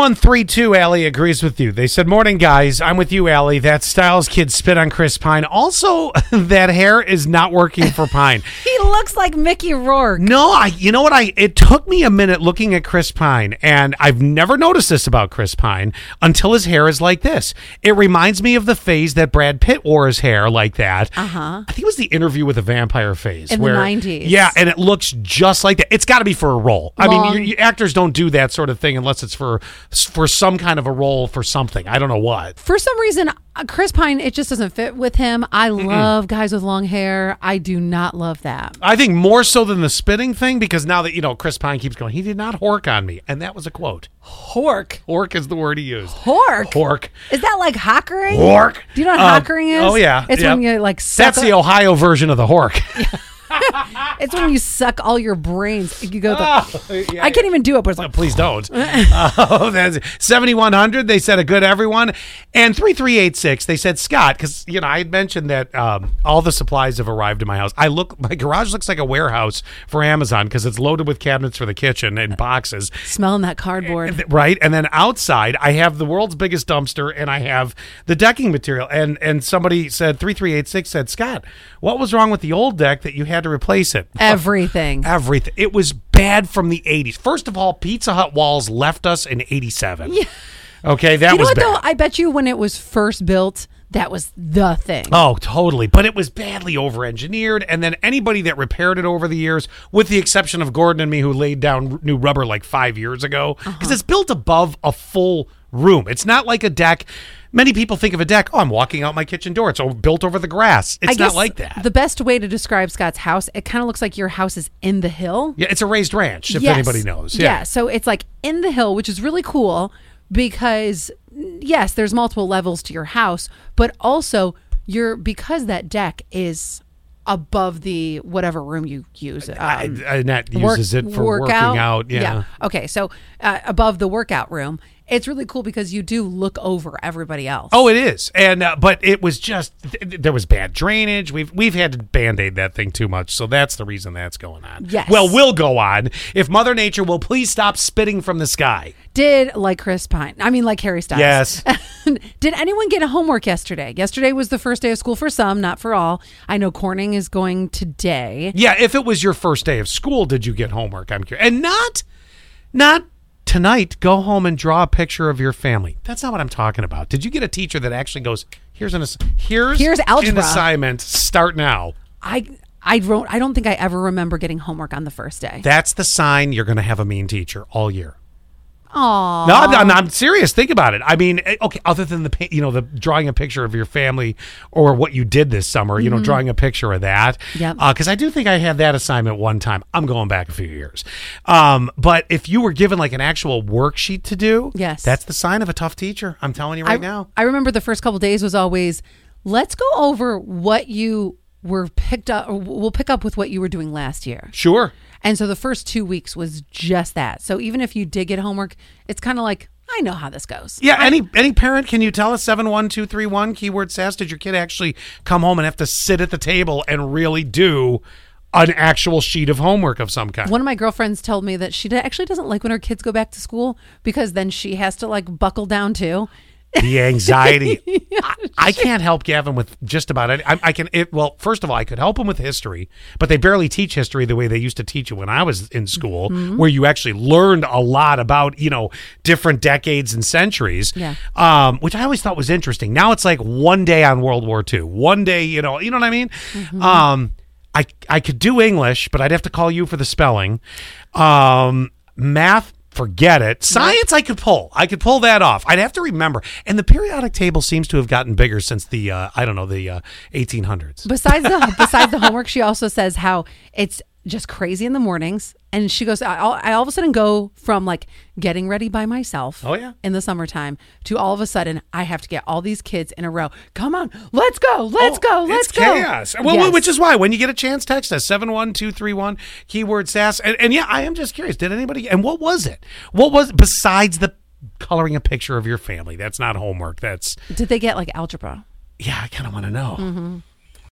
1132 Allie agrees with you. They said, Morning, guys. I'm with you, Allie. That Styles kid spit on Chris Pine. Also, that hair is not working for Pine. He looks like Mickey Rourke. No, I. You know what? I. It took me a minute looking at Chris Pine, and I've never noticed this about Chris Pine until his hair is like this. It reminds me of the phase that Brad Pitt wore his hair like that. Uh huh. I think it was the interview with a vampire phase Uh-huh. In the where 90s. Yeah, and it looks just like that. It's got to be for a role. I Long. mean, you, you, actors don't do that sort of thing unless it's for for some kind of a role for something. I don't know what. For some reason, uh, Chris Pine, it just doesn't fit with him. I love guys with long hair. I do not love that. I think more so than the spitting thing because now that you know Chris Pine keeps going, he did not hork on me, and that was a quote. Hork. Hork is the word he used. Hork. Hork. Is that like hockering? Hork. Do you know what Um, hockering is? Oh yeah, It's yeah. when you like suck. That's the Ohio version of the hork. It's when you suck all your brains. You go. Ah. The, I can't even do it, but it's like Please don't. oh, that's seventy one hundred. They said a good everyone, and three three eight six. They said Scott because you know I had mentioned that um, all the supplies have arrived in my house. I look my garage looks like a warehouse for Amazon because it's loaded with cabinets for the kitchen and boxes. smelling that cardboard. Th- right and then outside i have the world's biggest dumpster and i have the decking material and and somebody said 3386 said scott what was wrong with the old deck that you had to replace it Everything. everything it was bad from the 80s first of all pizza hut walls left us in 87 okay that You know was what bad though? I bet you when it was first built, that was the thing. Oh, totally. But it was badly over engineered. And then anybody that repaired it over the years, with the exception of Gordon and me, who laid down r- new rubber like five years ago, Uh-huh. because it's built above a full room. It's not like a deck. Many people think of a deck, oh, I'm walking out my kitchen door. It's o- built over the grass. It's I not guess like that. The best way to describe Scott's house, it kind of looks like your house is in the hill. yeah, it's a raised ranch, if Yes. anybody knows. Yeah. So it's like in the hill, which is really cool because mm, yes, there's multiple levels to your house, but also you're because that deck is above the whatever room you use. Um, I, Annette uses it for working out. Yeah. Okay. So uh, above the workout room, it's really cool because you do look over everybody else. Oh, it is, and uh, but it was just th- th- there was bad drainage. We've we've had to band aid that thing too much, so that's the reason that's going on. Yes. Well, will go on if Mother Nature will please stop spitting from the sky. Did like Chris Pine. I mean, like Harry Styles. Yes. Did anyone get a homework yesterday? Yesterday was the first day of school for some, not for all. I know Corning is going today. Yeah. If it was your first day of school, did you get homework? I'm curious, and not not tonight. Go home and draw a picture of your family. That's not what I'm talking about. Did you get a teacher that actually goes? Here's an ass- here's Here's an algebra." assignment. Start now. I I don't I don't think I ever remember getting homework on the first day. That's the sign you're going to have a mean teacher all year. Aw. No, I'm, I'm, I'm serious. Think about it. I mean, eh, okay, other than the pa- you know the drawing a picture of your family or what you did this summer, you know, drawing a picture of that. Mm-hmm. Yep. Because I do think I had that assignment one time. I'm going back a few years. Um, but if you were given like an actual worksheet to do, Yes. that's the sign of a tough teacher. I'm telling you right I, now. I remember the first couple days was always let's go over what you were picked up or we'll pick up with what you were doing last year. Sure. And so the first 2 weeks was just that. So even if you did get homework, it's kind of like I know how this goes. Yeah, any any parent, can you tell us seven one two three one keyword sass? Did your kid actually come home and have to sit at the table and really do an actual sheet of homework of some kind? One of my girlfriends told me that she d- actually doesn't like when her kids go back to school because then she has to like buckle down too. the anxiety. I, I can't help Gavin with just about it. I, I can. It, well, first of all, I could help him with history, but they barely teach history the way they used to teach it when I was in school, where you actually learned a lot about you know different decades and centuries. Yeah. Um, which I always thought was interesting. Now it's like one day on World War II, one day you know, you know what I mean. Um, I I could do English, but I'd have to call you for the spelling. Um, math. Forget it. Science, I could pull. I could pull that off. I'd have to remember. And the periodic table seems to have gotten bigger since the uh, I don't know the uh, 1800s. Besides the besides the homework, she also says how it's just crazy in the mornings, and she goes, I, I all of a sudden go from like getting ready by myself. Oh, yeah. in the summertime to all of a sudden I have to get all these kids in a row. Come on, let's go, let's go, let's Oh, it's go. chaos. Well, Yes. which is why when you get a chance, text us seven one two three one keyword sass. And, and yeah, I am just curious. Did anybody? And what was it? What was besides the coloring a picture of your family? That's not homework. That's did they get like algebra? Mm-hmm. yeah. I kind of want to know.